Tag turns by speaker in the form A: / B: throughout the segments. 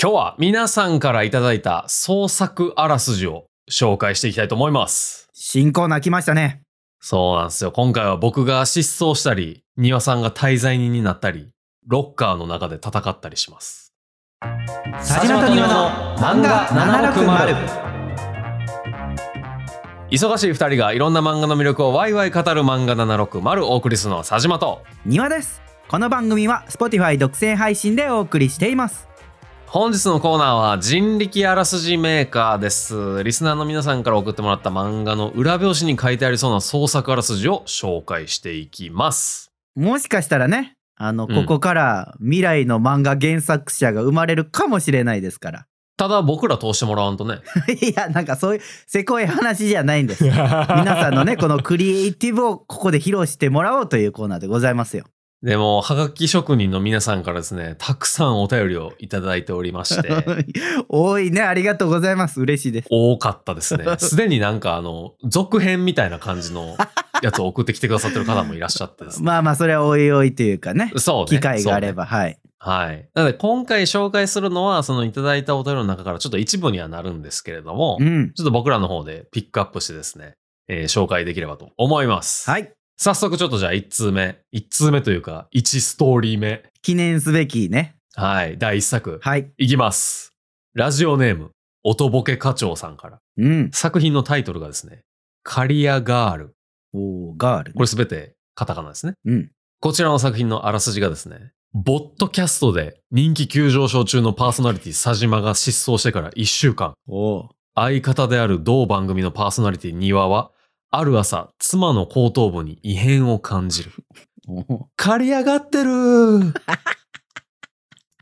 A: 今日は皆さんからいただいた創作あらすじを紹介していきたいと思います。
B: 新コーナー来ましたね。
A: そうなんですよ。今回は僕が失踪したり、庭さんが滞在人になったり、ロッカーの中で戦ったりします。
B: 佐島と庭の漫画760。
A: 忙しい二人がいろんな漫画の魅力をワイワイ語る漫画760をお送りするのは佐島と。
B: 庭です。この番組は Spotify 独占配信でお送りしています。
A: 本日のコーナーは人力あらすじメーカーです。リスナーの皆さんから送ってもらった漫画の裏表紙に書いてありそうな創作あらすじを紹介していきます。
B: もしかしたらね、あの、
A: うん
B: ここから未来の漫画原作者が生まれるかもしれないですから。
A: ただ僕ら通してもらわんとね。
B: いや、なんかそういうせこい話じゃないん です。皆さんのね、このクリエイティブをここで披露してもらおうというコーナーでございますよ。
A: でも、はがき職人の皆さんからですね、たくさんお便りをいただいておりまして、
B: 多いね、ありがとうございます。嬉しいです。
A: 多かったです ね。すでになんかあの、続編みたいな感じのやつを送ってきてくださってる方もいらっしゃってですね。
B: まあまあ、それはおいおいというかね、
A: そうね。
B: 機会があれば、はい。
A: はい。なので今回紹介するのは、そのいただいたお便りの中からちょっと一部にはなるんですけれども、
B: うん。
A: ちょっと僕らの方でピックアップしてですね、えー紹介できればと思います。
B: はい。
A: 早速ちょっとじゃあ1通目。1通目というか、1ストーリー目。
B: 記念すべきね。
A: はい。第1作。
B: はい。
A: いきます。ラジオネーム、音ボケ課長さんから。
B: うん。
A: 作品のタイトルがですね、カリアガール。
B: おー、ガールね。
A: これすべてカタカナですね。
B: うん。
A: こちらの作品のあらすじがですね、ボットキャストで人気急上昇中のパーソナリティ佐島が失踪してから1週間、
B: おー。
A: 相方である同番組のパーソナリティ庭は、ある朝、妻の後頭部に異変を感じる。
B: おー
A: 刈り上がってる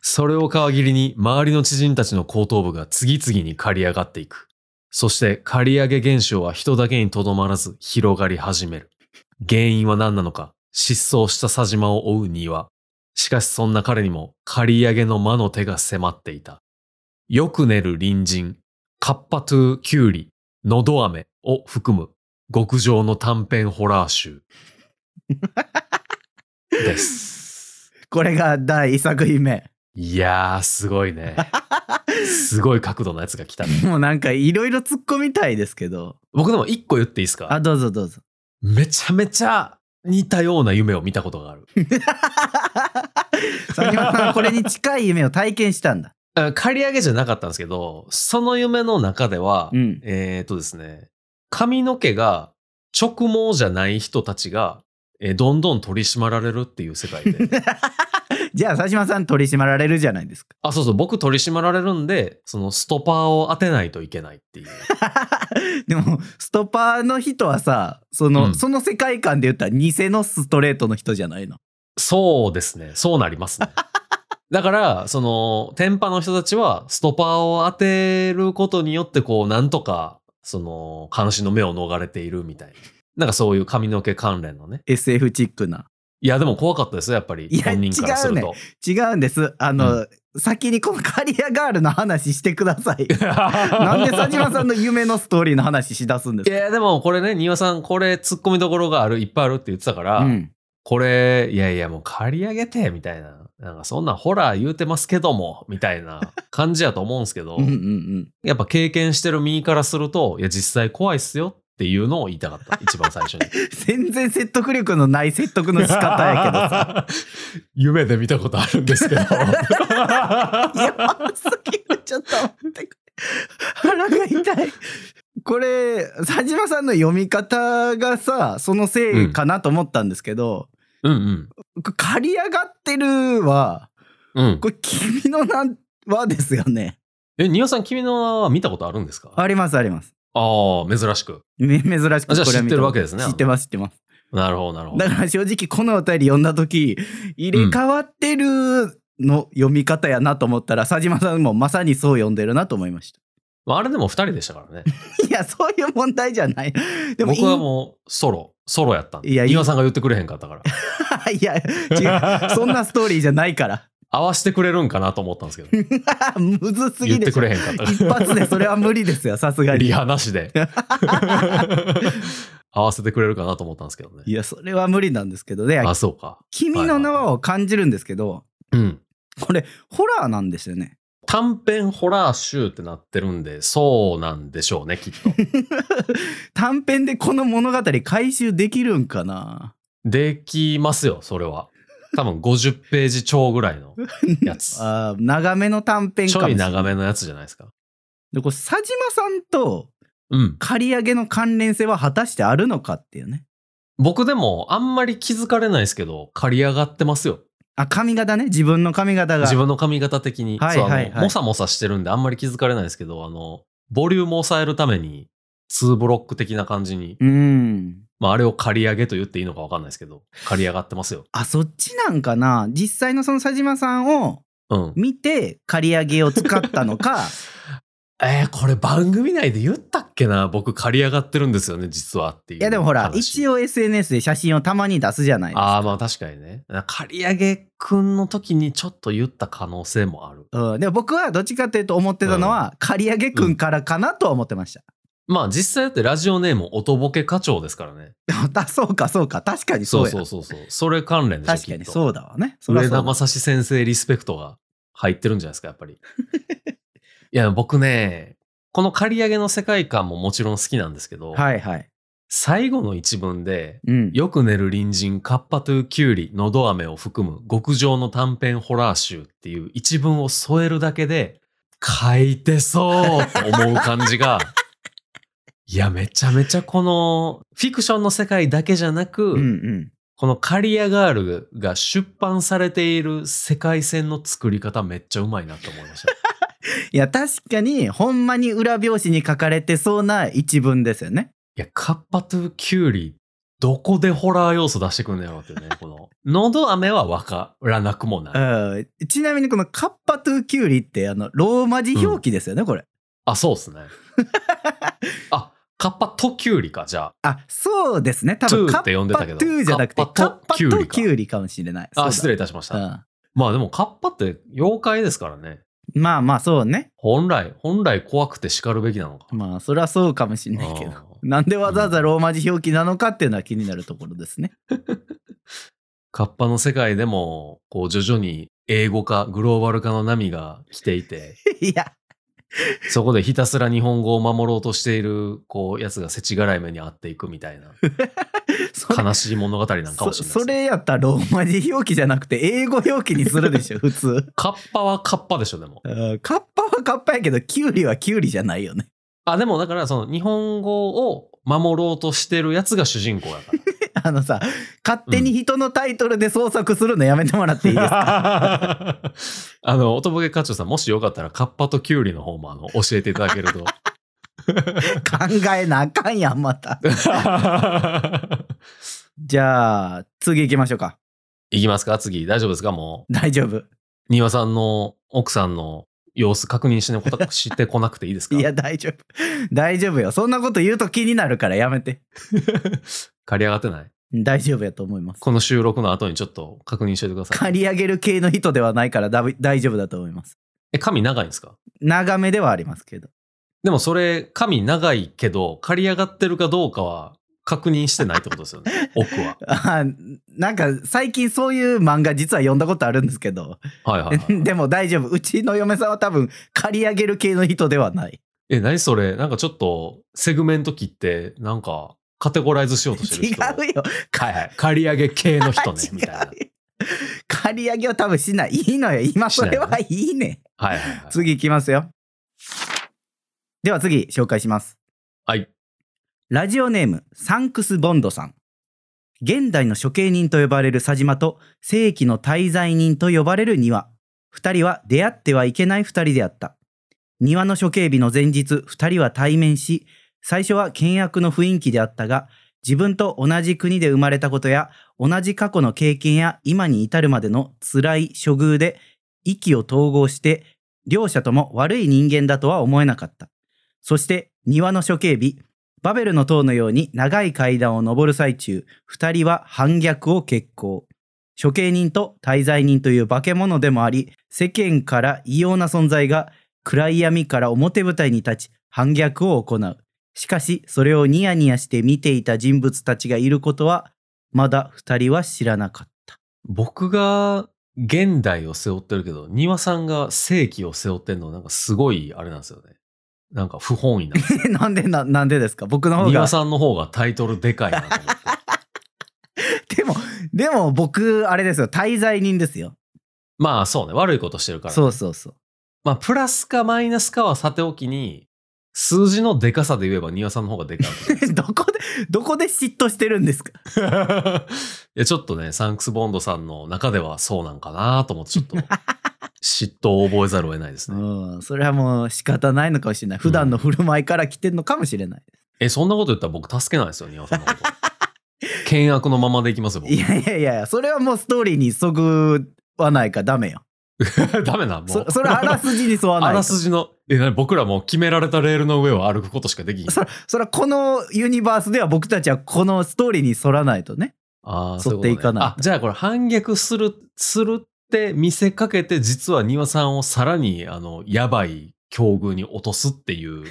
A: それを皮切りに周りの知人たちの後頭部が次々に刈り上がっていくそして刈り上げ現象は人だけにとどまらず広がり始める原因は何なのか失踪した佐島を追う庭しかしそんな彼にも刈り上げの魔の手が迫っていたよく寝る隣人カッパトゥーキュウリのど飴を含む極上の短編ホラー集です
B: これが第一作品目。
A: いやー、すごいね。すごい角度のやつが来たね。
B: もうなんかいろいろ突っ込みたいですけど。
A: 僕でも一個言っていいです
B: あ、
A: か
B: どうぞどうぞ。
A: めちゃめちゃ似たような夢を見たことがある。
B: 佐島さん、これに近い夢を体験したんだ。
A: あ借り上げじゃなかったんですけど、その夢の中では、
B: うん。
A: えー、っとですね、髪の毛が直毛じゃない人たちが、えーどんどん取り締まられるっていう世界で。
B: じゃあ、佐島さん取り締まられるじゃないですか。
A: あ、そうそう、僕取り締まられるんで、そのストパーを当てないといけないっていう。
B: でも、ストパーの人はさ、その、
A: うん
B: その世界観で言ったら偽のストレートの人じゃないの。
A: そうですね。そうなります ね。だから、その、天パの人たちは、ストパーを当てることによって、こう、なんとか、その、監視の目を逃れているみたいな。なんかそういう髪の毛関連のね。
B: SF チックな。
A: いや、でも怖かったですよ、やっぱり。
B: いや
A: 本人からする
B: 違う
A: と。
B: 違うんです。あの、先にこのカリアガールの話してください。 な
A: なん
B: で佐島さんの夢のストーリーの話しだすんです
A: いや、でもこれね、庭さん、これ、突っ込みどころがある、いっぱいあるって言ってたから、
B: かうん、
A: これ、いやいや、もう借り上げて、みたいな。なんかそんなホラー言うてますけども、みたいな感じやと思うんですけど。
B: うんうんうん。
A: やっぱ経験してる身からすると、いや、実際怖いっすよっていうのを言いたかった。一番最初に。
B: 全然説得力のない説得の仕方やけどさ。
A: 夢で見たことあるんですけど。
B: やばすぎる。ちょっと待ってくれ。腹が痛い。これ、佐島さんの読み方がさ、そのせいかなと思ったんですけど、
A: うんうん。
B: これ借り上がってるは、
A: うん。
B: これ君の名はですよね。
A: え、庭さん、君の名は見たことあるんですかあ
B: ありますあります。
A: あ、珍しく。
B: め珍しく
A: あじゃあ
B: これは
A: 知っ
B: 見
A: てるわけですね
B: 知ってます知ってます。
A: なるほど、なるほど
B: だ。から正直このお便り読んだ時入れ替わってるの読み方やなと思ったら、佐島さんもまさにそう読んでるなと思いまし
A: まああれでも二人でしたからね。
B: た いやそういう問題じゃない でも
A: 僕はもうソロ、ソロやったんで。
B: いやいい
A: 庭さんが言ってくれへんかったから。
B: いいや 違うそんなストーリーじゃないから
A: 合わせてくれるんかなと思ったんですけど。
B: むずす
A: 言
B: ぎ
A: っ
B: で
A: て
B: し
A: く
B: ょ
A: れへんかったから
B: 一発でそれは無理ですよさすがに
A: リ
B: い
A: ハなし で。合わせてくれるかなと思ったんですけどね。
B: やそれは無理なんですけどね
A: あ、そうか。
B: 君の名はを感じるんですけど
A: うん。
B: これホラーなんですよね
A: 短編ホラー集ってなってるんで、そうなんでしょうね、き っと。
B: 短編でこの物語回収できるんかな
A: できますよ、それは。多分50ページ超ぐらいのやつ。
B: あー長めの短編
A: ち
B: か
A: ょ
B: もし
A: い
B: れない
A: 長めのやつじゃないですか。
B: でこれ佐島さんと
A: うん。
B: 借り上げの関連性は果たしてあるのかっていうね
A: 僕でもあんまり気づかれないですけど、刈り上がってますよ。
B: あ髪型ね自分の髪型が
A: 自分の髪型的に。
B: はい
A: そうあの
B: はいはい
A: もさもさしてるんであんまり気づかれないですけど、あの、ボリュームを抑えるために、2ブロック的な感じに、
B: うん
A: まあ、あれを刈り上げと言っていいのかわかんないですけど、刈り上がってますよ。
B: あそっちなんかな実際のその佐島さんを
A: うん。
B: 見て借り上げを使った のか
A: えー、これ番組内で言ったっけな僕刈り上がってるんですよね、実はっていう。
B: いやでもほら一
A: 応。
B: 応 SNS で写真をたまに出すじゃないですか
A: ああ、まあ確かにね。刈り上げくんの時にちょっと言った可能性もある。
B: うん、でも僕はどっちかというと思ってたのは、刈り上げくんからかなとは思ってました。
A: まあ実際だってラジオネーム音ボケ課長ですからね。
B: あそうかそうか確かに
A: そ
B: そ
A: うう
B: や
A: そうそうそう。それ関連でしょ
B: 確か
A: き
B: に
A: っと
B: そうだわね。そりゃ
A: 上
B: そ
A: 田
B: うだ
A: 正史先生リスペクトが入ってるんじゃないですか、やっ ぱり。いや、僕ね、この刈り上げの世界観ももちろん好きなんですけど、
B: はいはい。
A: 最後の一文で、
B: うん、
A: よく寝る隣人カッパというキュウリのど飴を含む極上の短編ホラー集っていう一文を添えるだけで書いてそうと思う感じ がいやめちゃめちゃこのフィクションの世界だけじゃなく、
B: うんうん。
A: このカリアガールが出版されている世界線の作り方めっちゃうまいなと思いました
B: いや確かにほんまに裏表紙に書かれてそうな一文ですよね。
A: いやカッパとキュウリどこでホラー要素出してくんのやろうって ねこののど飴はわからなくもない、
B: うん、ちなみにこのカッパトゥーキュウリってあのローマ字表記ですよね、これ。
A: あ、そうですね。 あ、カッパとキュウリか、じゃ
B: あそうですね多
A: ト
B: 分
A: ゥー
B: カ
A: って呼んで
B: ッ
A: た
B: パ
A: け
B: ト
A: ど
B: ゥーじゃなくて
A: カ
B: カ
A: ッ
B: ッ
A: パト
B: パト
A: キュウリか
B: ゥーキュウリかもしれない。
A: あ。あ、
B: そ
A: 失
B: う
A: 礼いたしました。
B: だ
A: まあでも、カッパって妖怪ですからね。
B: うん、まあまあそうね。
A: 本来、本来怖くて叱るべきなのか。
B: まあそりゃそうかもしれないけど
A: あー
B: なんでわざわざローマ字表記なのかっていうのは気になるところですね。
A: カッパの世界でも、こう、徐々に英語化、グローバル化の波が来てい て、
B: いや
A: そこでひたすら日本語を守ろうとしている、こう、やつが世知辛い目に遭っていくみたいな、
B: それ
A: 悲しい物語なんかもしれないです
B: そそ
A: ね。
B: れやったらローマ字表記じゃなくて英語表記にするでしょ普通。
A: カッパはカッパでしょ、でも。
B: うんカッパはカッパやけどキュウリはキュウリじゃないよね。
A: あ、でもだから、その、日本語を守ろうとしてるやつが主人公やか ら。
B: あのさ勝手に人のタイトルで創作するのやめてもらっていいですか、
A: あの、音ボケ課長さん、もしよかったら、カッパとキュウリの方も、あの、教えていただ けると。
B: 考えなあかんやんまた。 じゃあ次行きましょうか。
A: いきますか次、大丈夫ですかも
B: 大丈夫。
A: う、庭さんの奥さんの様子確認し,、ね、してこなくていいですか
B: いや、大丈夫。大丈夫よ。そんなこと言うと気になるからやめて。
A: 借り上がってない
B: 大丈夫やと思います。
A: この収録の後にちょっと確認しておいてください。
B: 借り上げる系の人ではないからだぶ大丈夫だと思います。
A: え、髪長いんですか
B: 長めではありますけど。
A: でもそれ、髪長いけど、借り上がってるかどうかは、確認してないってことですよ ね。奥は。
B: あなんか最近そういう漫画実は読んだことあるんですけど、
A: はいはい、はい。
B: でも大丈夫。うちの嫁さんは多分借り上げる系の人ではない。
A: え、何それなんかちょっと、セグメント切って、なんか、カテゴライズしようとしてる
B: 違
A: 人。
B: うよ。
A: はいはい。借り上げ系の人ね、
B: 違
A: みたいな。は
B: うよ。借り上げは多分しない。いいのよ。今それはいいね。
A: いはい、はい。。
B: 次いきますよ。では次紹介します。
A: はい。
B: ラジオネームサンクス・ボンドさん。現代の処刑人と呼ばれる佐島と正規の滞在人と呼ばれる庭。二人は出会ってはいけない二人であった。庭の処刑日の前日、二人は対面し、最初は険悪の雰囲気であったが、自分と同じ国で生まれたことや、同じ過去の経験や今に至るまでの辛い処遇で、息を統合して、両者とも悪い人間だとは思えなかった。そして、庭の処刑日、バベルの塔のように長い階段を上る最中、二人は反逆を決行。処刑人と滞在人という化け物でもあり、世間から異様な存在が暗い闇から表舞台に立ち、反逆を行う。しかし、それをニヤニヤして見ていた人物たちがいることは、まだ二人は知らなかった。
A: 僕が現代を背負ってるけど、庭さんが世紀を背負ってんのなんかすごいあれなんですよね。なんか不本意 なんですよ
B: なんでな、なんでですか僕の方が
A: 庭。さんの方がタイトルでかいなと思って。
B: でも、でも僕、あれですよ。滞在人ですよ。
A: まあそうね、悪いことしてるから。
B: そうそう そう。
A: まあプラスかマイナスかはさておきに、数字のでかさで言えば庭さんの方が でかいわけです
B: どこで、どこで嫉妬してるんですか
A: いや、ちょっとね、サンクスボンドさんの中ではそうなんかなと思って、ちょっ と嫉妬を覚えざるを得ないですね。
B: うん。それはもう仕方ないのかもしれない。普段の振る舞いから来てるのかもしれない。
A: え、そんなこと言ったら僕助けないですよ、庭さんの こと。険悪のままでいきますよ、
B: いやいやいや、それはもうストーリーにそぐわないかダメよ。
A: 僕。ダメな、もう。
B: そそれはあらすじに沿わ
A: あ
B: ない
A: ら
B: と。
A: すじの、え、な僕らもう決められたレールの上を歩くことしかできひん。
B: そそれはこのユニバースでは僕たちはこのストーリーに沿らないとね。
A: ああ、
B: 沿って
A: そう
B: いかない
A: うことねあ、じゃあこれ反逆する、するって見せかけて、実は庭さんをさらに、あの、やばい境遇に落とすって いう。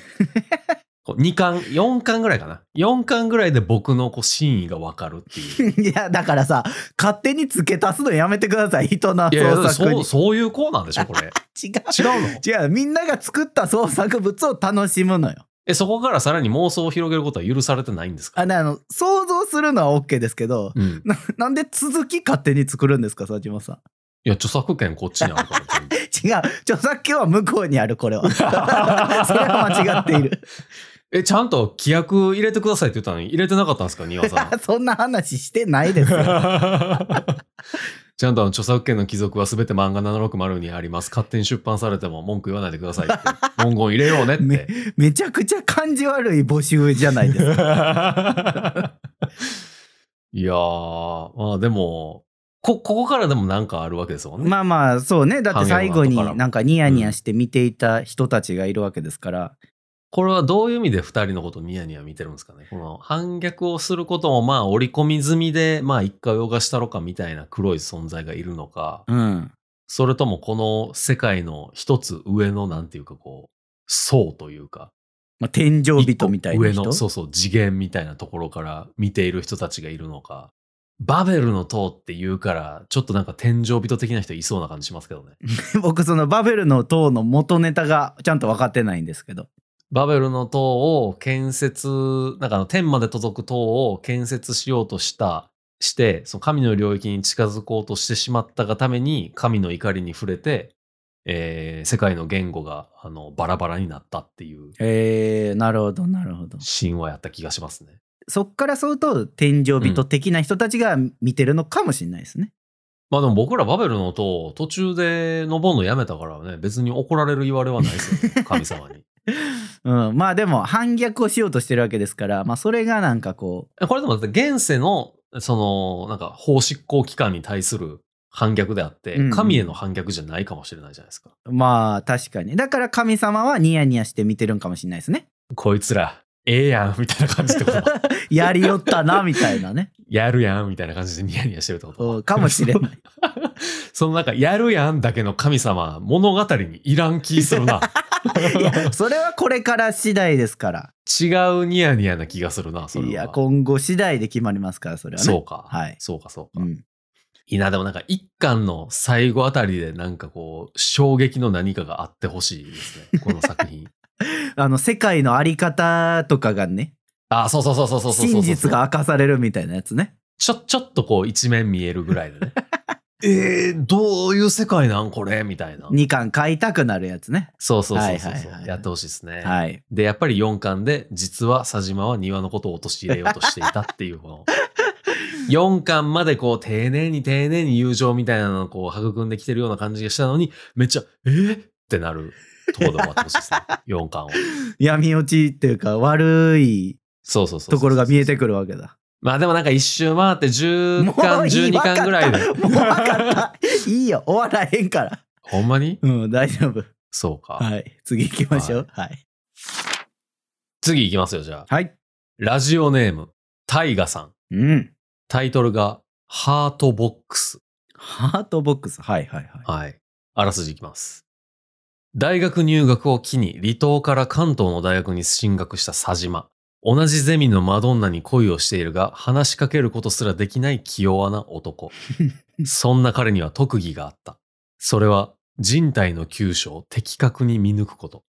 A: こう2巻、4巻ぐらいかな。4巻ぐらいで僕のこう真意がわかるって いう。
B: いや、だからさ、勝手に付け足すのやめてください。人の
A: いやいや、
B: 創作
A: そ
B: に
A: う、。そういうコーナーでしょ、これ。
B: 違う。
A: 違う の
B: 違う、みんなが作った創作物を楽しむのよ。
A: え、そこからさらに妄想を広げることは許されてないんですか
B: あ、ね、あの、想像するのは OK ですけど、
A: うん。
B: なんで続き勝手に作るんですか、佐島さん。
A: いや、著作権こっちにあるから全部。
B: 違う、著作権は向こうにある、こ れは。それは間違っている。
A: え、ちゃんと規約入れてくださいって言ったのに入れてなかったんですか、庭さん。
B: そんな話してないですよ。
A: ちゃんとあの著作権の帰属はすべて漫画760にあります。勝手に出版されても文句言わないでくださいって。 文言入れようねって。
B: ねめちゃくちゃ感じ悪い募集じゃないですか。
A: いやー、まあでも、こ、ここからでもなんかあるわけですもんね。
B: まあまあ、そうね。だって最
A: ハ
B: 後
A: ゲの後から
B: に
A: も
B: なんかニヤニヤして見ていた人たちがいるわけですから。
A: これはどういう意味で二人のことをニヤニヤ見てるんですかねこの反逆をすることもまあ織り込み済みで、まあ一回泳がしたろかみたいな黒い存在がいるのか、
B: うん。
A: それともこの世界の一つ上のなんていうかこう、層というか、
B: まあ、天井人みたいな
A: 一個上
B: 人。
A: の、そうそう、次元みたいなところから見ている人たちがいるのか、バベルの塔って言うから、ちょっとなんか天井人的な人いそうな感じしますけどね。
B: 僕そのバベルの塔の元ネタがちゃんと分かってないんですけど。
A: バベルの塔を建設、なんかあの天まで届く塔を建設しようとした、して、その神の領域に近づこうとしてしまったがために、神の怒りに触れて、えー世界の言語があのバラバラになったっていう
B: えー、なるほどなるほど。
A: 神話やった気がしますね。
B: そっからそうと天井人的な人たちが見てるのかもしれないですね。
A: まあでも僕らバベルの塔途中で登るのやめたからね、別に怒られる言われはないです よね、神様に。
B: うん、まあでも反逆をしようとしてるわけですから、まあそれがなんかこう、
A: えこれでもだって現世の、その、なんか法執行機関に対する反逆であって、
B: うんうん
A: 神への反逆じゃないかもしれないじゃないですか。
B: まあ確かに。だから神様はニヤニヤして見てるんかもしれないですね。
A: こいつら、ええやん、みたいな感じって こと
B: やりよったな、みたい なね。
A: やるやん、みたいな感じでニヤニヤしてるってこ
B: う
A: と
B: んかもしれない。
A: そのなんか、やるやんだけの神様、物語にいらん気する な。
B: いや、それはこれから次第ですから。
A: 違うニヤニヤな気がするな、それは。
B: いや、今後次第で決まりますから、それはね。
A: そうか。
B: はい
A: そうか、そう
B: う
A: か。
B: ん。
A: いいな、でもなんか、一巻の最後あたりで、なんかこう、衝撃の何かがあってほしいです ね。この作品。
B: あの、世界のあり方とかがね、
A: あ、そうそうそうそうそうそうそうそ
B: 真
A: う。
B: 実が明かされるみたいなやつね。
A: ちょ、ちょっとこう一面見えるぐらいでね。 えー、どういう世界なんこれみたいな。
B: 2巻買いたくなるやつね。
A: そうそうそうそう
B: はいはい
A: そう
B: はい。はい
A: やってほしいですね。
B: はい。
A: で、やっぱり4巻で、実は佐島は庭のことを陥れようとしていたっていう、こ の、4巻までこう、丁寧に丁寧に友情みたいなのをこう、育んできてるような感じがしたのに、めっちゃ、えー、ってなるところで終わってほしい ですね。4巻を。
B: 闇落ちっていうか、悪い
A: そうそうそうそう
B: ところが見えてくるわけだ。
A: まあでもなんか一周回って10
B: も
A: 巻、
B: ういい
A: 12巻ぐらいで。
B: もう分かった。いいよ。終わらへんから。
A: ほんまに
B: うん、大丈夫。
A: そうか。
B: はい。次行きましょう。はい。
A: 次行きますよ、じゃあ。
B: はい。
A: ラジオネーム、タイガさん。
B: うん。
A: タイトルが、ハートボックス。
B: ハートボックス。はいはいはい。
A: はい。あらすじいきます。大学入学を機に離島から関東の大学に進学した佐島。同じゼミのマドンナに恋をしているが、話しかけることすらできない気弱な 男。そんな彼には特技があった。それは、人体の急所を的確に見抜くこと。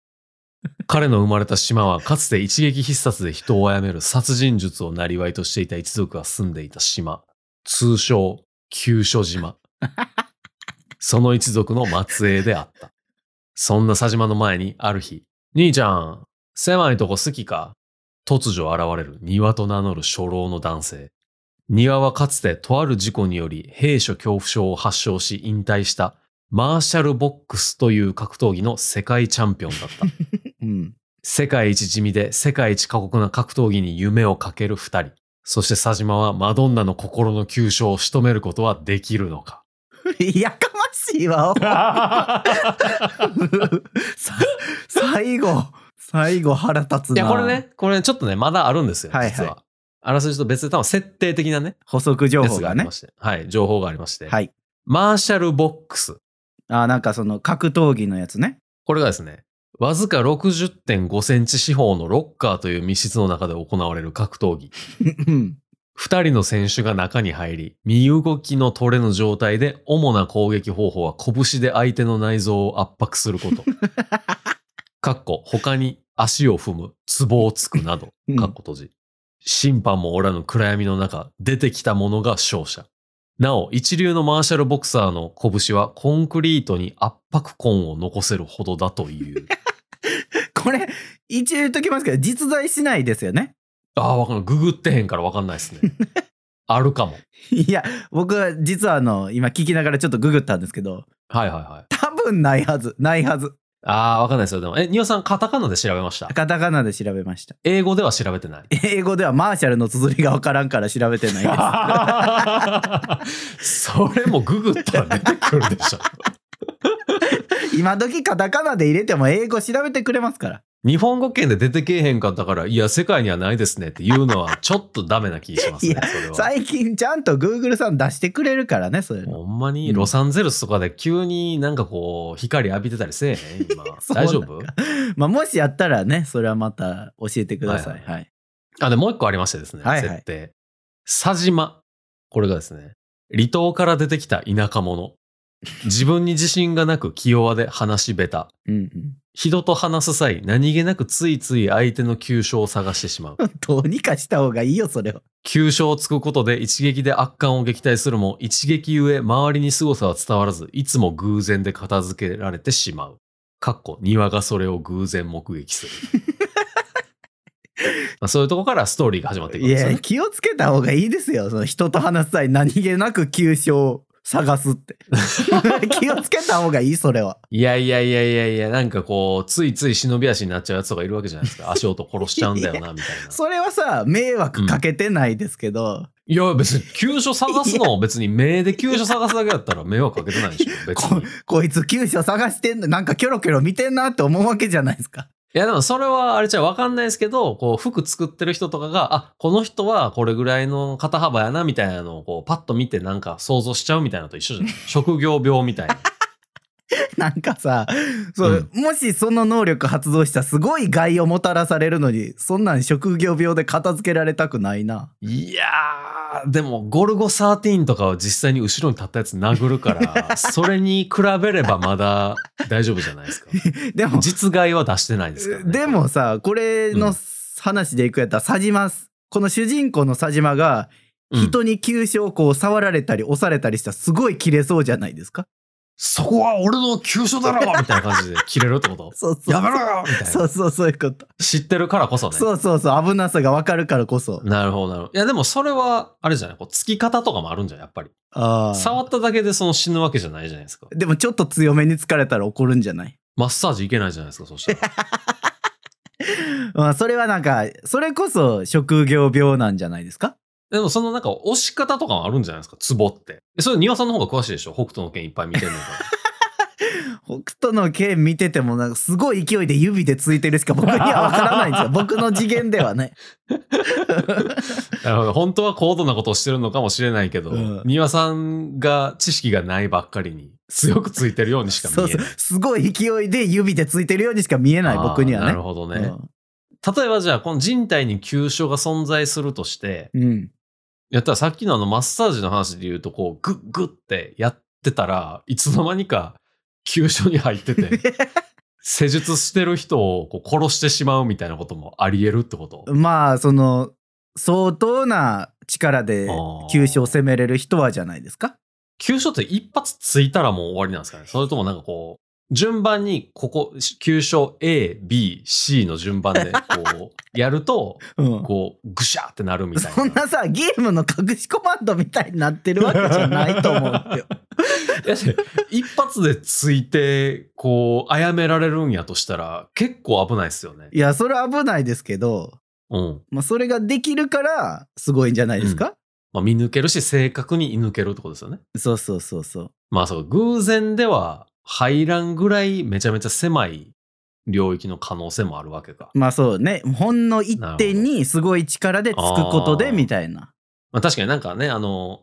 A: 彼の生まれた島はかつて一撃必殺で人を殺める殺人術を生りとしていた一族が住んでいた島。通称、急所島。その一族の末裔であった。そんな佐島の前に、ある日、兄ちゃん、狭いとこ好きか突如現れる庭と名乗る初老の男性。庭はかつてとある事故により兵所恐怖症を発症し引退したマーシャルボックスという格闘技の世界チャンピオンだった。
B: うん。
A: 世界一地味で世界一過酷な格闘技に夢をかける二人。そして佐島はマドンナの心の急所を仕留めることはできるのか。
B: やかましいわ。 さ最後、最後腹立つ
A: い
B: な。
A: や、これ。ね、これねちょっとね、まだあるんですよ、
B: はいはい
A: 実は。あらすじと別で多分設定的なね、
B: 補足情
A: や
B: 報
A: つが
B: が
A: あり
B: ね
A: ま。して。はい、情報がありまして。
B: はい。
A: マーシャルボックス。
B: あーなんかその格闘技のやつね。
A: これがですね、わずか60.5センチ四方のロッカーという密室の中で行われる格闘技。
B: うん。
A: 二人の選手が中に入り、身動きの取れぬ状態で主な攻撃方法は拳で相手の内臓を圧迫する こと。かっこ、他に足を踏む、壺をつくなど。
B: うん
A: かっこ閉じ。審判もおらぬ暗闇の中、出てきたものが勝者。なお、一流のマーシャルボクサーの拳はコンクリートに圧迫痕を残せるほどだと いう。
B: これ、一応言っときますけど、実在しないですよね。
A: ああ、わかんない。ググってへんからわかんないです ね。あるかも。
B: いや、僕は実はあの、今聞きながらちょっとググったんですけど、
A: はいはいはい。
B: 多分ないはず、ないはず。
A: ああ、わかんないですよ。でも、え、ニオさん、カタカナで調べました。
B: カタカナで調べました。
A: 英語では調べてない。
B: 英語ではマーシャルの綴りがわからんから調べてないです。
A: それもググったら出てくるでしょ。
B: 今時カタカナで入れても英語調べてくれますから。
A: 日本語圏で出てけえへんかったから、いや、世界にはないですねっていうのは、ちょっとダメな気します
B: い
A: ね
B: や、
A: それは。
B: 最近ちゃんと Google さん出してくれるからね、そういうの。
A: ほんまに、ロサンゼルスとかで急になんかこう、光浴びてたりせえへん今
B: そ。うなん
A: 大
B: か
A: 丈夫
B: まあ、もしやったらね、それはまた教えてください。
A: はいは
B: はい。
A: あ、で、もう一個ありましてですね、
B: はいはい
A: 設定。佐島。これがですね、離島から出てきた田舎者。自分に自信がなく気弱で話し下手。
B: うんうん。
A: 人と話す際、何気なくついつい相手の急所を探してしまう。
B: どうにかした方がいいよ、それは。
A: 急所をつくことで一撃で悪漢を撃退するも、一撃ゆえ周りに凄さは伝わらず、いつも偶然で片付けられてしまう。かっこ、庭がそれを偶然目撃 する。まあそういうとこからストーリーが始まっていくん
B: い
A: ですよ
B: や、
A: ね。
B: 気をつけた方がいいですよ。その人と話す際、何気なく急所を探 すって。気をつけた方がいい、それは。
A: いやいやいやいやいや、なんかこう、ついつい忍び足になっちゃうやつとかいるわけじゃないです か。足音殺しちゃうんだよな、みたいな。
B: それはさ、迷惑かけてないですけど、
A: いや、別に、急所探すの、別に目で急所探すだけだったら迷惑かけてないでしょ、別に。
B: こいつ急所探してんの、なんかキョロキョロ見てんなって思うわけじゃないですか。
A: いやでもそれはあれじゃわかんないですけど、こう服作ってる人とかが、あ、この人はこれぐらいの肩幅やなみたいなのをこうパッと見てなんか想像しちゃうみたいなのと一緒じゃ ない職業病みたいな。
B: なんかさ、そう、もしその能力発動したらすごい害をもたらされるのに、そんなん職業病で片付けられたくないな。
A: いやー、でもゴルゴ13とかは実際に後ろに立ったやつ殴る から、それに比べればまだ大丈夫じゃないですか。
B: でも、
A: 実害は出してないですから、ね。
B: でもさ、これ
A: う
B: の
A: ん
B: 話でいくやったら、佐島、この主人公の佐島が、
A: うん、
B: 人に急所をこう触られたり押されたりしたらすごい切れそうじゃないですか。
A: そこは俺の急所だろみたいな感じで切れるってこと
B: そうそう。
A: やめろよみたい
B: そ
A: な
B: う。そうそういうこと。
A: 知ってるからこそね。
B: そうそうそう。危なさがわかるからこそ。
A: なるほど、なるほど。いや、でもそれは、あれじゃないこう、つき方とかもあるんじゃん、やっぱり。
B: あ
A: 触
B: あ。
A: っただけでその死ぬわけじゃないじゃないですか。
B: でもちょっと強めに疲れたら怒るんじゃない
A: マッサージいけないじゃないですか、そしたら。
B: まあ、それはなんか、それこそ職業病なんじゃないですか
A: でもそのなんか、押し方とかもあるんじゃないですか、ツボって。えそれ、庭さんの方が詳しいでしょ北斗の拳いっぱい見て るのから。
B: 北斗の剣見てても、なんかすごい勢いで指でついてるしか僕にはわからないんです よ。僕の次元ではね。
A: なるほど。本当は高度なことをしてるのかもしれないけど、
B: うん
A: 庭さんが知識がないばっかりに、強くついてるようにしか見え
B: そ
A: な
B: う
A: い。
B: そう。すごい勢いで指でついてるようにしか見えない僕に
A: あー
B: は
A: な
B: ね
A: る。ほど
B: う
A: ね。
B: ん
A: 例えばじゃあ、この人体に急所が存在するとして、
B: うん。
A: やったらさっきのあのマッサージの話で言うと、こう、グッグッってやってたらいつの間にか急所に入って て、施術してる人をこう殺してしまうみたいなこともあり得るってこと、
B: まあ、その、相当な力で
A: あー
B: 急所を攻めれる人はじゃないですか。
A: 急所って一発ついたらもう終わりなんですかねそれともなんかこう、順番にここ、急所 A、B、C の順番で こう、やると、
B: うん。
A: こう、ぐしゃってなるみたいな。
B: そんなさ、ゲームの隠しコマンドみたいになってるわけじゃないと思うんだよ。
A: いやで一発でついて、こう、あやめられるんやとしたら、結構危ないですよね
B: い。や、それ危ないですけど、
A: うん。
B: まあ、それができるから、すごいんじゃないですか、
A: まあ、見抜けるし、正確に射抜けるってことですよね。
B: そうそうそうそう。
A: まあ、そう、偶然では入らんぐらい、めちゃめちゃ狭い領域の可能性もあるわけか。
B: まあそうね、ほんの一点にすごい力でつくこと
A: あ
B: で
A: ー
B: みたいな。
A: まあ、確かになんかね、あの、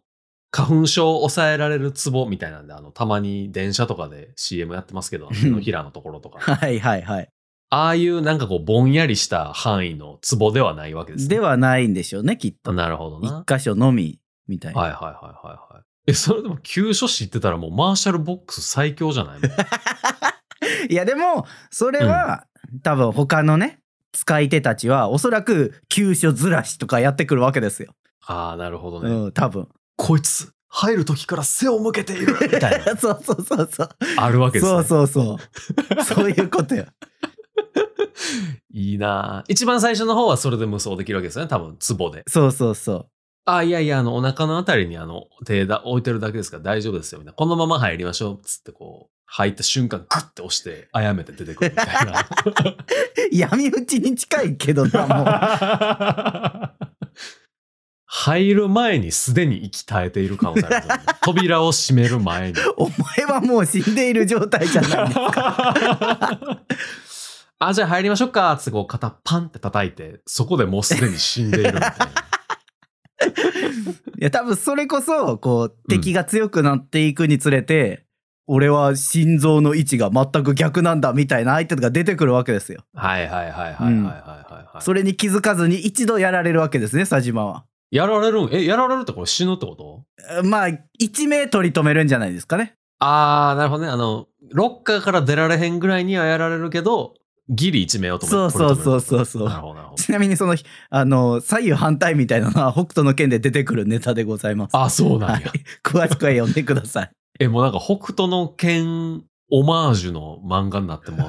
A: 花粉症を抑えられるツボみたいなんで、あの、たまに電車とかで CM やってますけど、あの手のひらのところとか。
B: はいはいはい。
A: ああいうなんかこう、ぼんやりした範囲のツボではないわけですね。
B: ではないんでしょうね、きっと。
A: なるほどな
B: 一。箇所のみ、みたいな。
A: はいはいはいはいはい。え、それでも急所知ってたらもうマーシャルボックス最強じゃ ないもう
B: いやでもそれは、多分他のね使い手たちはおそらく急所ずらしとかやってくるわけですよ、
A: ああ、なるほどね。
B: うん、多分
A: こいつ、入る時から背を向けている みたいな。
B: そうそうそうそう、
A: あるわけですね。
B: そうそうそうそういうことよ
A: いいなあ一番最初の方はそれで無双できるわけですよね。多分、ツボで。
B: そうそうそう
A: ああ、いやいや、あの、お腹のあたりにあの、手だ置いてるだけですから大丈夫ですよ。みたいな。このまま入りましょう。つってこう、入った瞬間、グッて押して、あやめて出てくるみたいな。
B: 闇討ちに近いけど な
A: 入る前にすでに息絶えている可能性あるからね、扉を閉める前に。
B: もうお前はもう死んでいる状態じゃない
A: あ、じゃあ入りましょうかっつってこう肩パンって叩いて、そこでもうすでに死んでいるみたい な。
B: いや多分それこそこう敵が強くなっていくにつれて、俺は心臓の位置が全く逆なんだみたいな相手が出てくるわけですよ
A: はいはいはいはいはいはいはい、はい
B: それに気づかずに一度やられるわけですね佐島は
A: やられるんえ、やられるってこれ死ぬってこと
B: まあ一名取り留めるんじゃないですかね
A: あー、なるほどね。あの、ロッカーから出られへんぐらいにはやられるけど、ギリ一命を止め
B: そうそうそうそ
A: 取り留
B: う
A: める
B: そう
A: なるほどなるほど。
B: ちなみにそのあの左右反対みたいなのは北斗の剣で出てくるネタでございます
A: あ、そうなんや。
B: はい詳しくは読んでください
A: え、もうなんか北斗の剣オマージュの漫画になってもう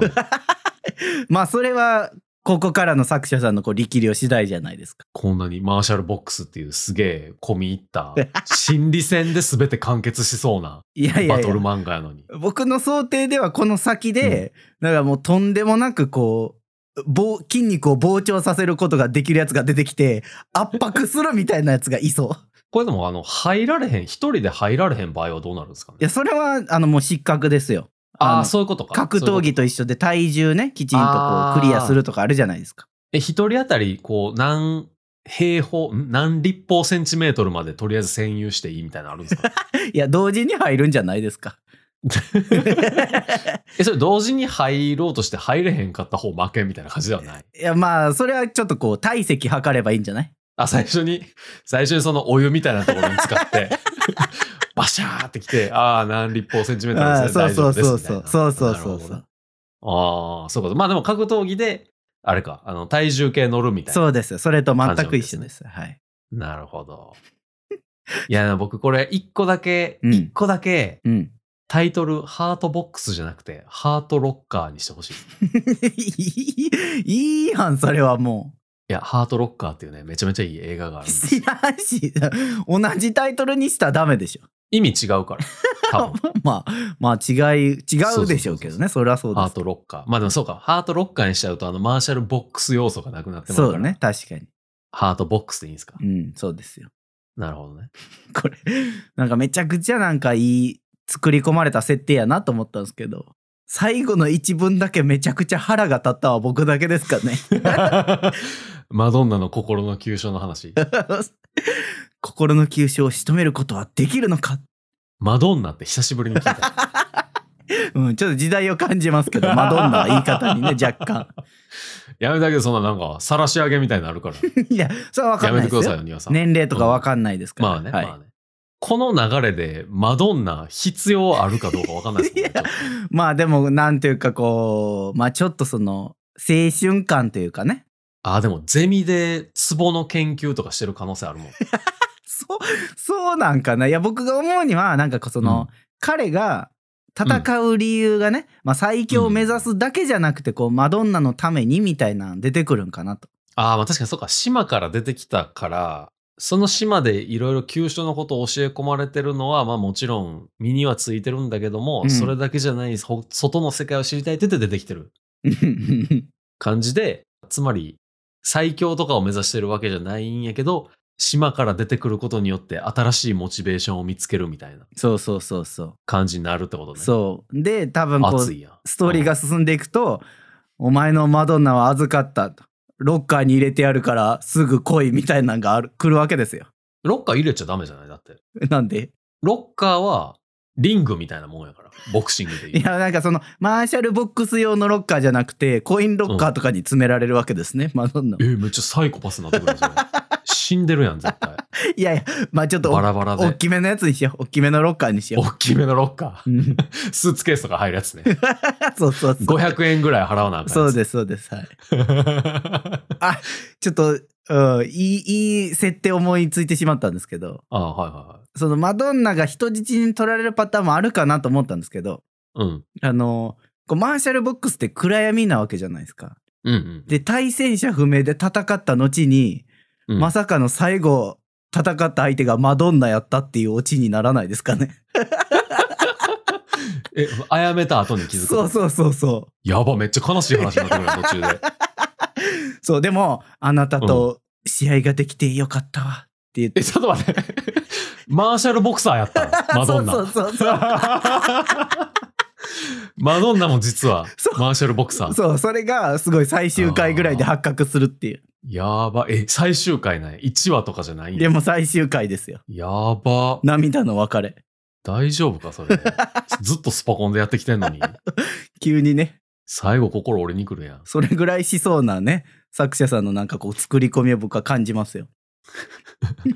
B: まあそれはここからの作者さんのこう力量次第じゃないですか
A: こんなにマーシャルボックスっていうすげえ込み入 った心理戦で全て完結しそうない
B: やいや
A: バ
B: い
A: ト
B: や
A: ル漫画やのに。
B: 僕の想定ではこの先で、だからもうとんでもなくこう膨筋肉を膨張させることができるやつが出てきて圧迫するみたいなやつが いそう
A: これでもあの入られへん、一人で入られへん場合はどうなるんですか
B: い
A: ね。
B: やそれはあのもう失格ですよ
A: あ
B: の
A: あ、そういうことか。
B: 格
A: そうい
B: 闘
A: うこと
B: 技と一緒で体重ねきちんとこ
A: あ
B: う
A: ー
B: クリアするとかあるじゃないですか
A: え、一人当たりこう何平方、ん何立方センチメートルまでとりあえず占有していいみたいなのあるんです か
B: いや同時に入るんじゃないですか
A: え、それ同時に入ろうとして入れへんかった方負けみたいな感じではない
B: いやまあそれはちょっとこう体積測ればいいんじゃない
A: あ、最初に、最初にそのお湯みたいなところに使 って、バシャーってきて、ああ、何立方センチメートル
B: あ
A: で
B: あ
A: す
B: そ
A: ね。
B: うそう
A: 大丈
B: そ
A: 夫
B: う
A: ですみ
B: そう
A: たいな
B: そうそうそう
A: なるほど
B: そ
A: ね
B: う
A: ああ、そうか。まあでも格闘技で、あれか、あの、体重計乗るみたいな。
B: そうですよそれと全く一緒ですはい
A: なるほど。いや、僕これ一個だけ、
B: うん
A: 一個だけ、
B: うん
A: タイトル、ハートボックスじゃなくて、ハートロッカーにしてほしい。い
B: いいいいやんそれはも
A: や、ハートロッカーっていうね、めちゃめちゃいい映画があ
B: う
A: るんです
B: 知らんし同じタイトルにしたらダメでしょ
A: 意味違うから。多分
B: まあまあ違い違うでしょうけどねそれはそう
A: ハー
B: で
A: トロッカー。まあでもそうか、ハートロッカーにしちゃうと、あの、マーシャルボックス要素がなくなって
B: す
A: ます
B: そう
A: か
B: だ
A: ら。
B: ね。確かに
A: ハートボックスでいいんですか、
B: うんそうですよ
A: なるほどね。
B: これなんかめちゃくちゃなんかいい作り込まれた設定やなと思ったんですけど最後の一文だけめちゃくちゃ腹が立ったは僕だけです かね
A: マドンナの心の急所の話。
B: 心の急所を仕留めることはできるのか、
A: マドンナって久しぶりに聞い た。
B: うん、ちょっと時代を感じますけどマドンナは言い方にね若干
A: やめたけど、そんななんか、晒し上げみたいになるから。
B: いや、それは分か
A: や
B: んな
A: め
B: い
A: て
B: です
A: くだ
B: よ。
A: さいよ、丹羽さん。
B: 年齢とか分かんないですから。
A: まあね、
B: はい
A: まあね。この流れで、マドンナ、必要あるかどうかわかんないですもんね。ちょっと
B: まあでも、なんていうかこう、まあちょっとその、青春感というかね。
A: ああ、でも、ゼミで、壺の研究とかしてる可能性あるもん。
B: そう、そうなんかな。いや、僕が思うには、なんかこうその、
A: うん
B: 彼が戦う理由がね、まあ最強を目指すだけじゃなくて、こう、マドンナのためにみたいなの出てくるんかな と。
A: ああ、まあ確かにそうか、島から出てきたから、その島でいろいろ急所のことを教え込まれてるのは、まあもちろん身にはついてるんだけども、
B: うん
A: それだけじゃない、ほ外の世界を知りたいって言って出てきてる感じで、つまり最強とかを目指してるわけじゃないんやけど、島から出てくることによって新しいモチベーションを見つけるみたいな
B: そうそうそうそう。
A: 感じになるってことね。
B: そう。で、多分こう、
A: 熱いやん。
B: ストーリーが進んでいくと、お前のマドンナは預かったと。ロッカーに入れてやるからすぐ来いみたいなのがある来るわけですよ。
A: ロッカー入れちゃダメじゃないだって。
B: なんで
A: ロッカーはリングみたいなもんやから、ボクシングで言。
B: いうやなんかそのマーシャルボックス用のロッカーじゃなくてコインロッカーとかに詰められるわけですね、マドンナは
A: え。ーめっちゃサイコパスになってくるんです よ。死んでるやん、絶対。
B: いやいやまあちょっと
A: バ
B: お
A: ラバラ
B: 大
A: で。
B: きめのやつにしよう大きめのロッカーにしよ
A: 大きめのロッカ
B: う。うん
A: ー。スーツケースとか入るやつね。
B: そうそうそう。
A: 500円ぐらい払わなあかん
B: そ う
A: やつ。
B: ですそうです。はい、
A: あ
B: ちょっと、うん、いいいい設定思いついてしまったんですけど
A: あ、はいは
B: そのマドンナが人質に取られるパターンもあるかなと思ったんですけど
A: いはい。うん。
B: あのこうマーシャルボックスって暗闇なわけじゃないですか。
A: うんうん。
B: で対戦者不明で戦った後に、
A: うん
B: まさかの最後戦った相手がマドンナやったっていうオチにならないですかね。
A: え、あやめた後に気づく。
B: そうそうそうそ
A: やば、めっちゃ悲しい話になってくるやん途中 で。
B: う。そうでもあなたと試合ができてよかったわって言って。
A: え、ちょっと待って。マーシャルボクサーやったのマドン
B: そう
A: ナ。
B: そうそう
A: マドンナも実は
B: そ
A: マーシャルボクサ
B: そう。
A: ー。
B: そうそれがすごい最終回ぐらいで発覚するっていう。
A: やば。え、最終回ない ?1 話とかじゃないん
B: で
A: や
B: も最終回ですよ。
A: やば。
B: 涙の別れ。
A: 大丈夫かそれ。 ずっとスパコンでやってきてんのに。
B: 急にね
A: 最後心折れに来るやん。
B: それぐらいしそうなね作者さんのなんかこう作り込みを僕は感じま すよ。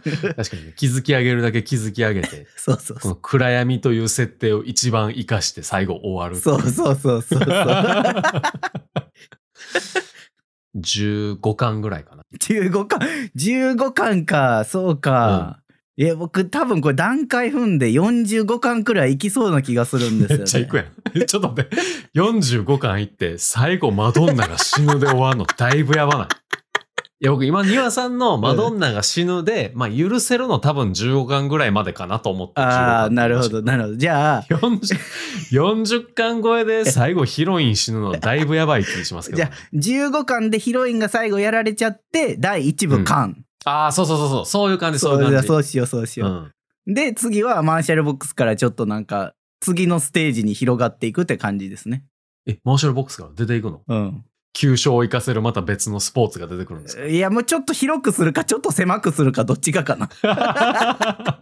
A: 確かにね、築き上げるだけ築き上げ て、
B: そうそう
A: こ
B: そう。
A: の暗闇という設定を一番活かして最後終わる。
B: そうそうそうそ うそう。
A: 15巻ぐらいかな。
B: 15巻15巻かそうか、いや僕多分これ段階踏んで45巻くらいいきそうな気がするんですよね
A: めっちゃいくやん。 ちょっと待って、45巻いって、最後マドンナが死ぬで終わるの、だいぶやばない。いや、僕今、庭さんのマドンナが死ぬで、まあ許せるの多分15巻ぐらいまでかなと思って。
B: ああなるほどなるほどじゃあ
A: 40 40巻超えで最後ヒロイン死ぬのだいぶやばい気しますけどね、
B: 15巻でヒロインが最後やられちゃって第1部巻、
A: ああーそうそうそうそうそういう感じそうい
B: そ
A: うう
B: じ
A: 感
B: ゃあ
A: じ
B: そうしようそうし
A: う
B: よ
A: ん、
B: う、で次はマーシャルボックスからちょっとなんか次のステージに広がっていくって感じですね
A: えマーシャルボックスから出ていくの
B: うん
A: 急所を生かせるまた別のスポーツが出てくるんですか
B: いやもうちょっと広くするかちょっと狭くするかどっちかかな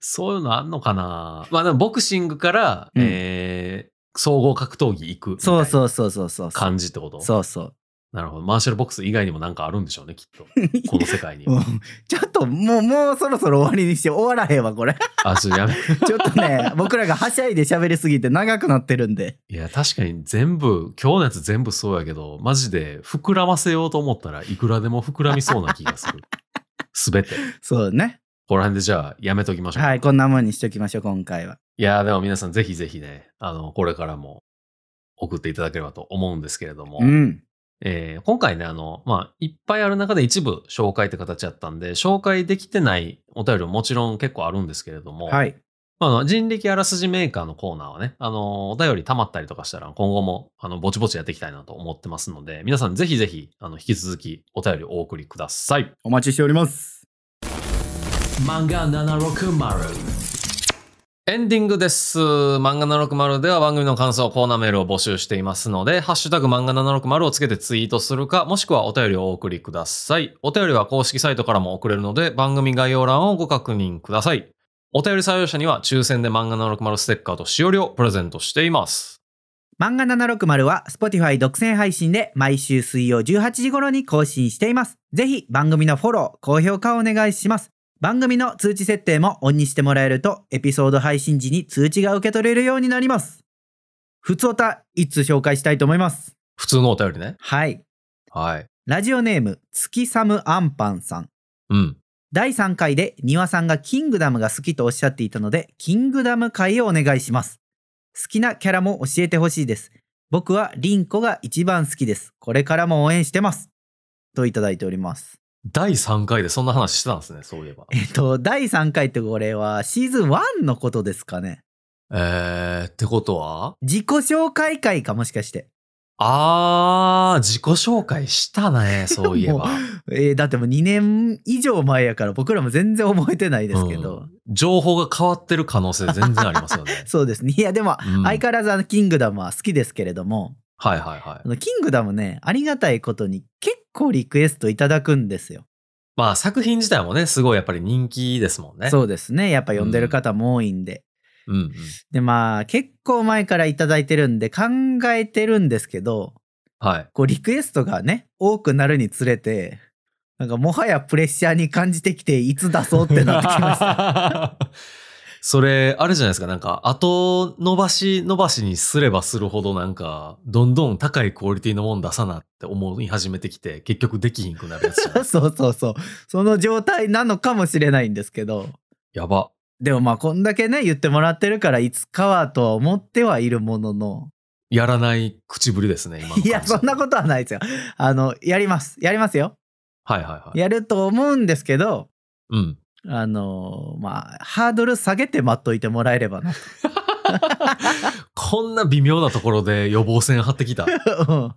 A: そういうのあんのかなまあでもボクシングから、
B: うん
A: えー総合格闘技行くみたい
B: そう
A: な
B: そうそうそうそうそう
A: 感じってこと
B: そうそう
A: なるほどマーシャルボックス以外にもなんかあるんでしょうねきっと この世界に
B: うんちょっともうもうそろそろ終わりにして終わらへんわこれ
A: あちょっとやめ
B: ちょっとね僕らがはしゃいで喋りすぎて長くなってるんで
A: いや、確かに全部、今日のやつ全部そうやけど、マジで膨らませようと思ったらいくらでも膨らみそうな気がす る。すべて。
B: そうね
A: ここら辺でじゃあやめときましょう。。
B: はいいこんなもんにしときましょう今回は
A: や、でも皆さんぜひぜひね、あの、これからも送っていただければと思うんですけれども、
B: うん
A: えー今回ね、あの、まあ、いっぱいある中で一部紹介って形だったんで、紹介できてないお便りももちろん結構あるんですけれども、
B: はい
A: まああの、人力あらすじメーカーのコーナーはね、あの、お便り溜まったりとかしたら、今後も、あの、ぼちぼちやっていきたいなと思ってますので、皆さんぜひぜひ、あの、引き続きお便りお送りください。
B: お待ちしております
A: 漫画760エンディングです。漫画760では番組の感想、コーナーメールを募集していますので、ハッシュタグ漫画760をつけてツイートするか、もしくはお便りをお送りください。お便りは公式サイトからも送れるので、番組概要欄をご確認ください。お便り採用者には抽選で漫画760ステッカーとしおりをプレゼントしています。
B: 漫画760は Spotify 独占配信で毎週水曜18時頃に更新しています。ぜひ番組のフォロー、高評価をお願いします。番組の通知設定もオンにしてもらえると、エピソード配信時に通知が受け取れるようになります。ふつおた、いつ紹介したいと思います。
A: 普通のお便りね。
B: はい。
A: はい。
B: ラジオネーム、月サムアンパンさん。
A: うん。
B: 第3回で庭さんがキングダムが好きとおっしゃっていたので、キングダム回をお願いします。好きなキャラも教えてほしいです。僕はリンコが一番好きです。これからも応援してます。といただいております。
A: 第3回でそんな話してたんですね、そういえば。
B: えっと、第3回ってこれはシーズン1のことですかね。
A: えー、ってことは
B: 自己紹介会かもしかして。
A: あー、自己紹介した ね、そういえば。
B: えーだってもう2年以上前やから僕らも全然覚えてないですけど。。
A: 情報が変わってる可能性全然ありますよね
B: そうですね。いや、でも、
A: うん
B: 相変わらずあの、キングダムは好きですけれども、
A: はいはいはい
B: あ。のキングダムね、ありがたいことに結構リクエストいただくんですよ。
A: まあ作品自体もね、すごいやっぱり人気ですもんね。。
B: そううですね。やっぱ読んでる方も多いんで。
A: うん、うん。
B: で、まあ、結構前からいただいてるんで、考えてるんですけど、
A: はい。
B: こう、リクエストがね、多くなるにつれて、なんか、もはやプレッシャーに感じてきて、いつ出そうってなってきました。
A: それ、あれじゃないですか、なんか、後伸ばし伸ばしにすればするほど、なんか、どんどん高いクオリティのもん出さなって思い始めてきて、結局できひんくなるやつじゃない
B: そうそうそう。その状態なのかもしれないんですけど。
A: やば。
B: でもまあ、こんだけね、言ってもらってるから、いつかはとは思ってはいるものの、
A: やらない口ぶりですね、今の感
B: い
A: じ
B: や、そんなことはないですよ。あの、やります。やりますよ。
A: はいはいはい。
B: やると思うんですけど、
A: うん。
B: あの、まあ、ハードル下げて待っといてもらえ ればな。
A: こんな微妙なところで予防線張ってき た。
B: うん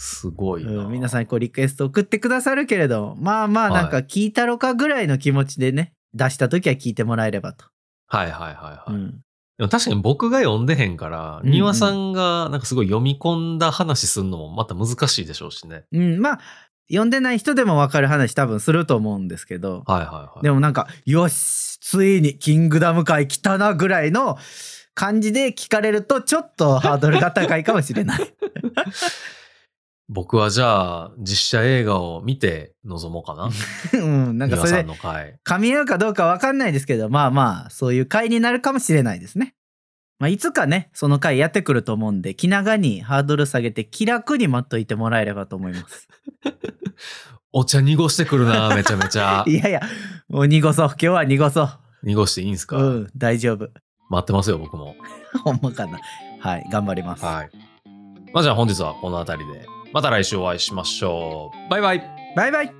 A: すごいな、
B: うん皆さん、こう、リクエスト送ってくださるけれど、まあまあ、なんか、
A: は
B: 聞いたろかぐらいの気持ちでね、出した時は聞いてもらえればと。
A: はいはいはいはい。
B: うん
A: でも確かに僕が読んでへんから、
B: うんうん
A: 丹羽さんがなんかすごい読み込んだ話すんのもまた難しいでしょうしね。
B: うん、まあ、読んでない人でも分かる話多分すると思うんですけど、
A: はいはい
B: で
A: はい。
B: もなんか、よし、ついにキングダム界来たなぐらいの感じで聞かれると、ちょっとハードルが高いかもしれない。
A: 僕はじゃあ、実写映画を見て臨もうかな。
B: うん、なん
A: 丹
B: か
A: 羽
B: それ
A: さん
B: で
A: の回。
B: 噛み合うかどうかわかんないですけど、まあまあ、そういう回になるかもしれないですね。まあ、いつかね、その回やってくると思うんで、気長にハードル下げて気楽に待っといてもらえればと思います。
A: お茶濁してくる
B: 。
A: な、めちゃめちゃ
B: いやいや、もう濁そう。今日は濁そう。
A: 濁していいんすか、
B: うん、大丈夫。
A: 待ってますよ、僕も。
B: ほんまかな。はい、頑張ります。
A: はい。まあじゃあ本日はこの辺りで、また来週お会いしましょう。バイバイ
B: バイバイ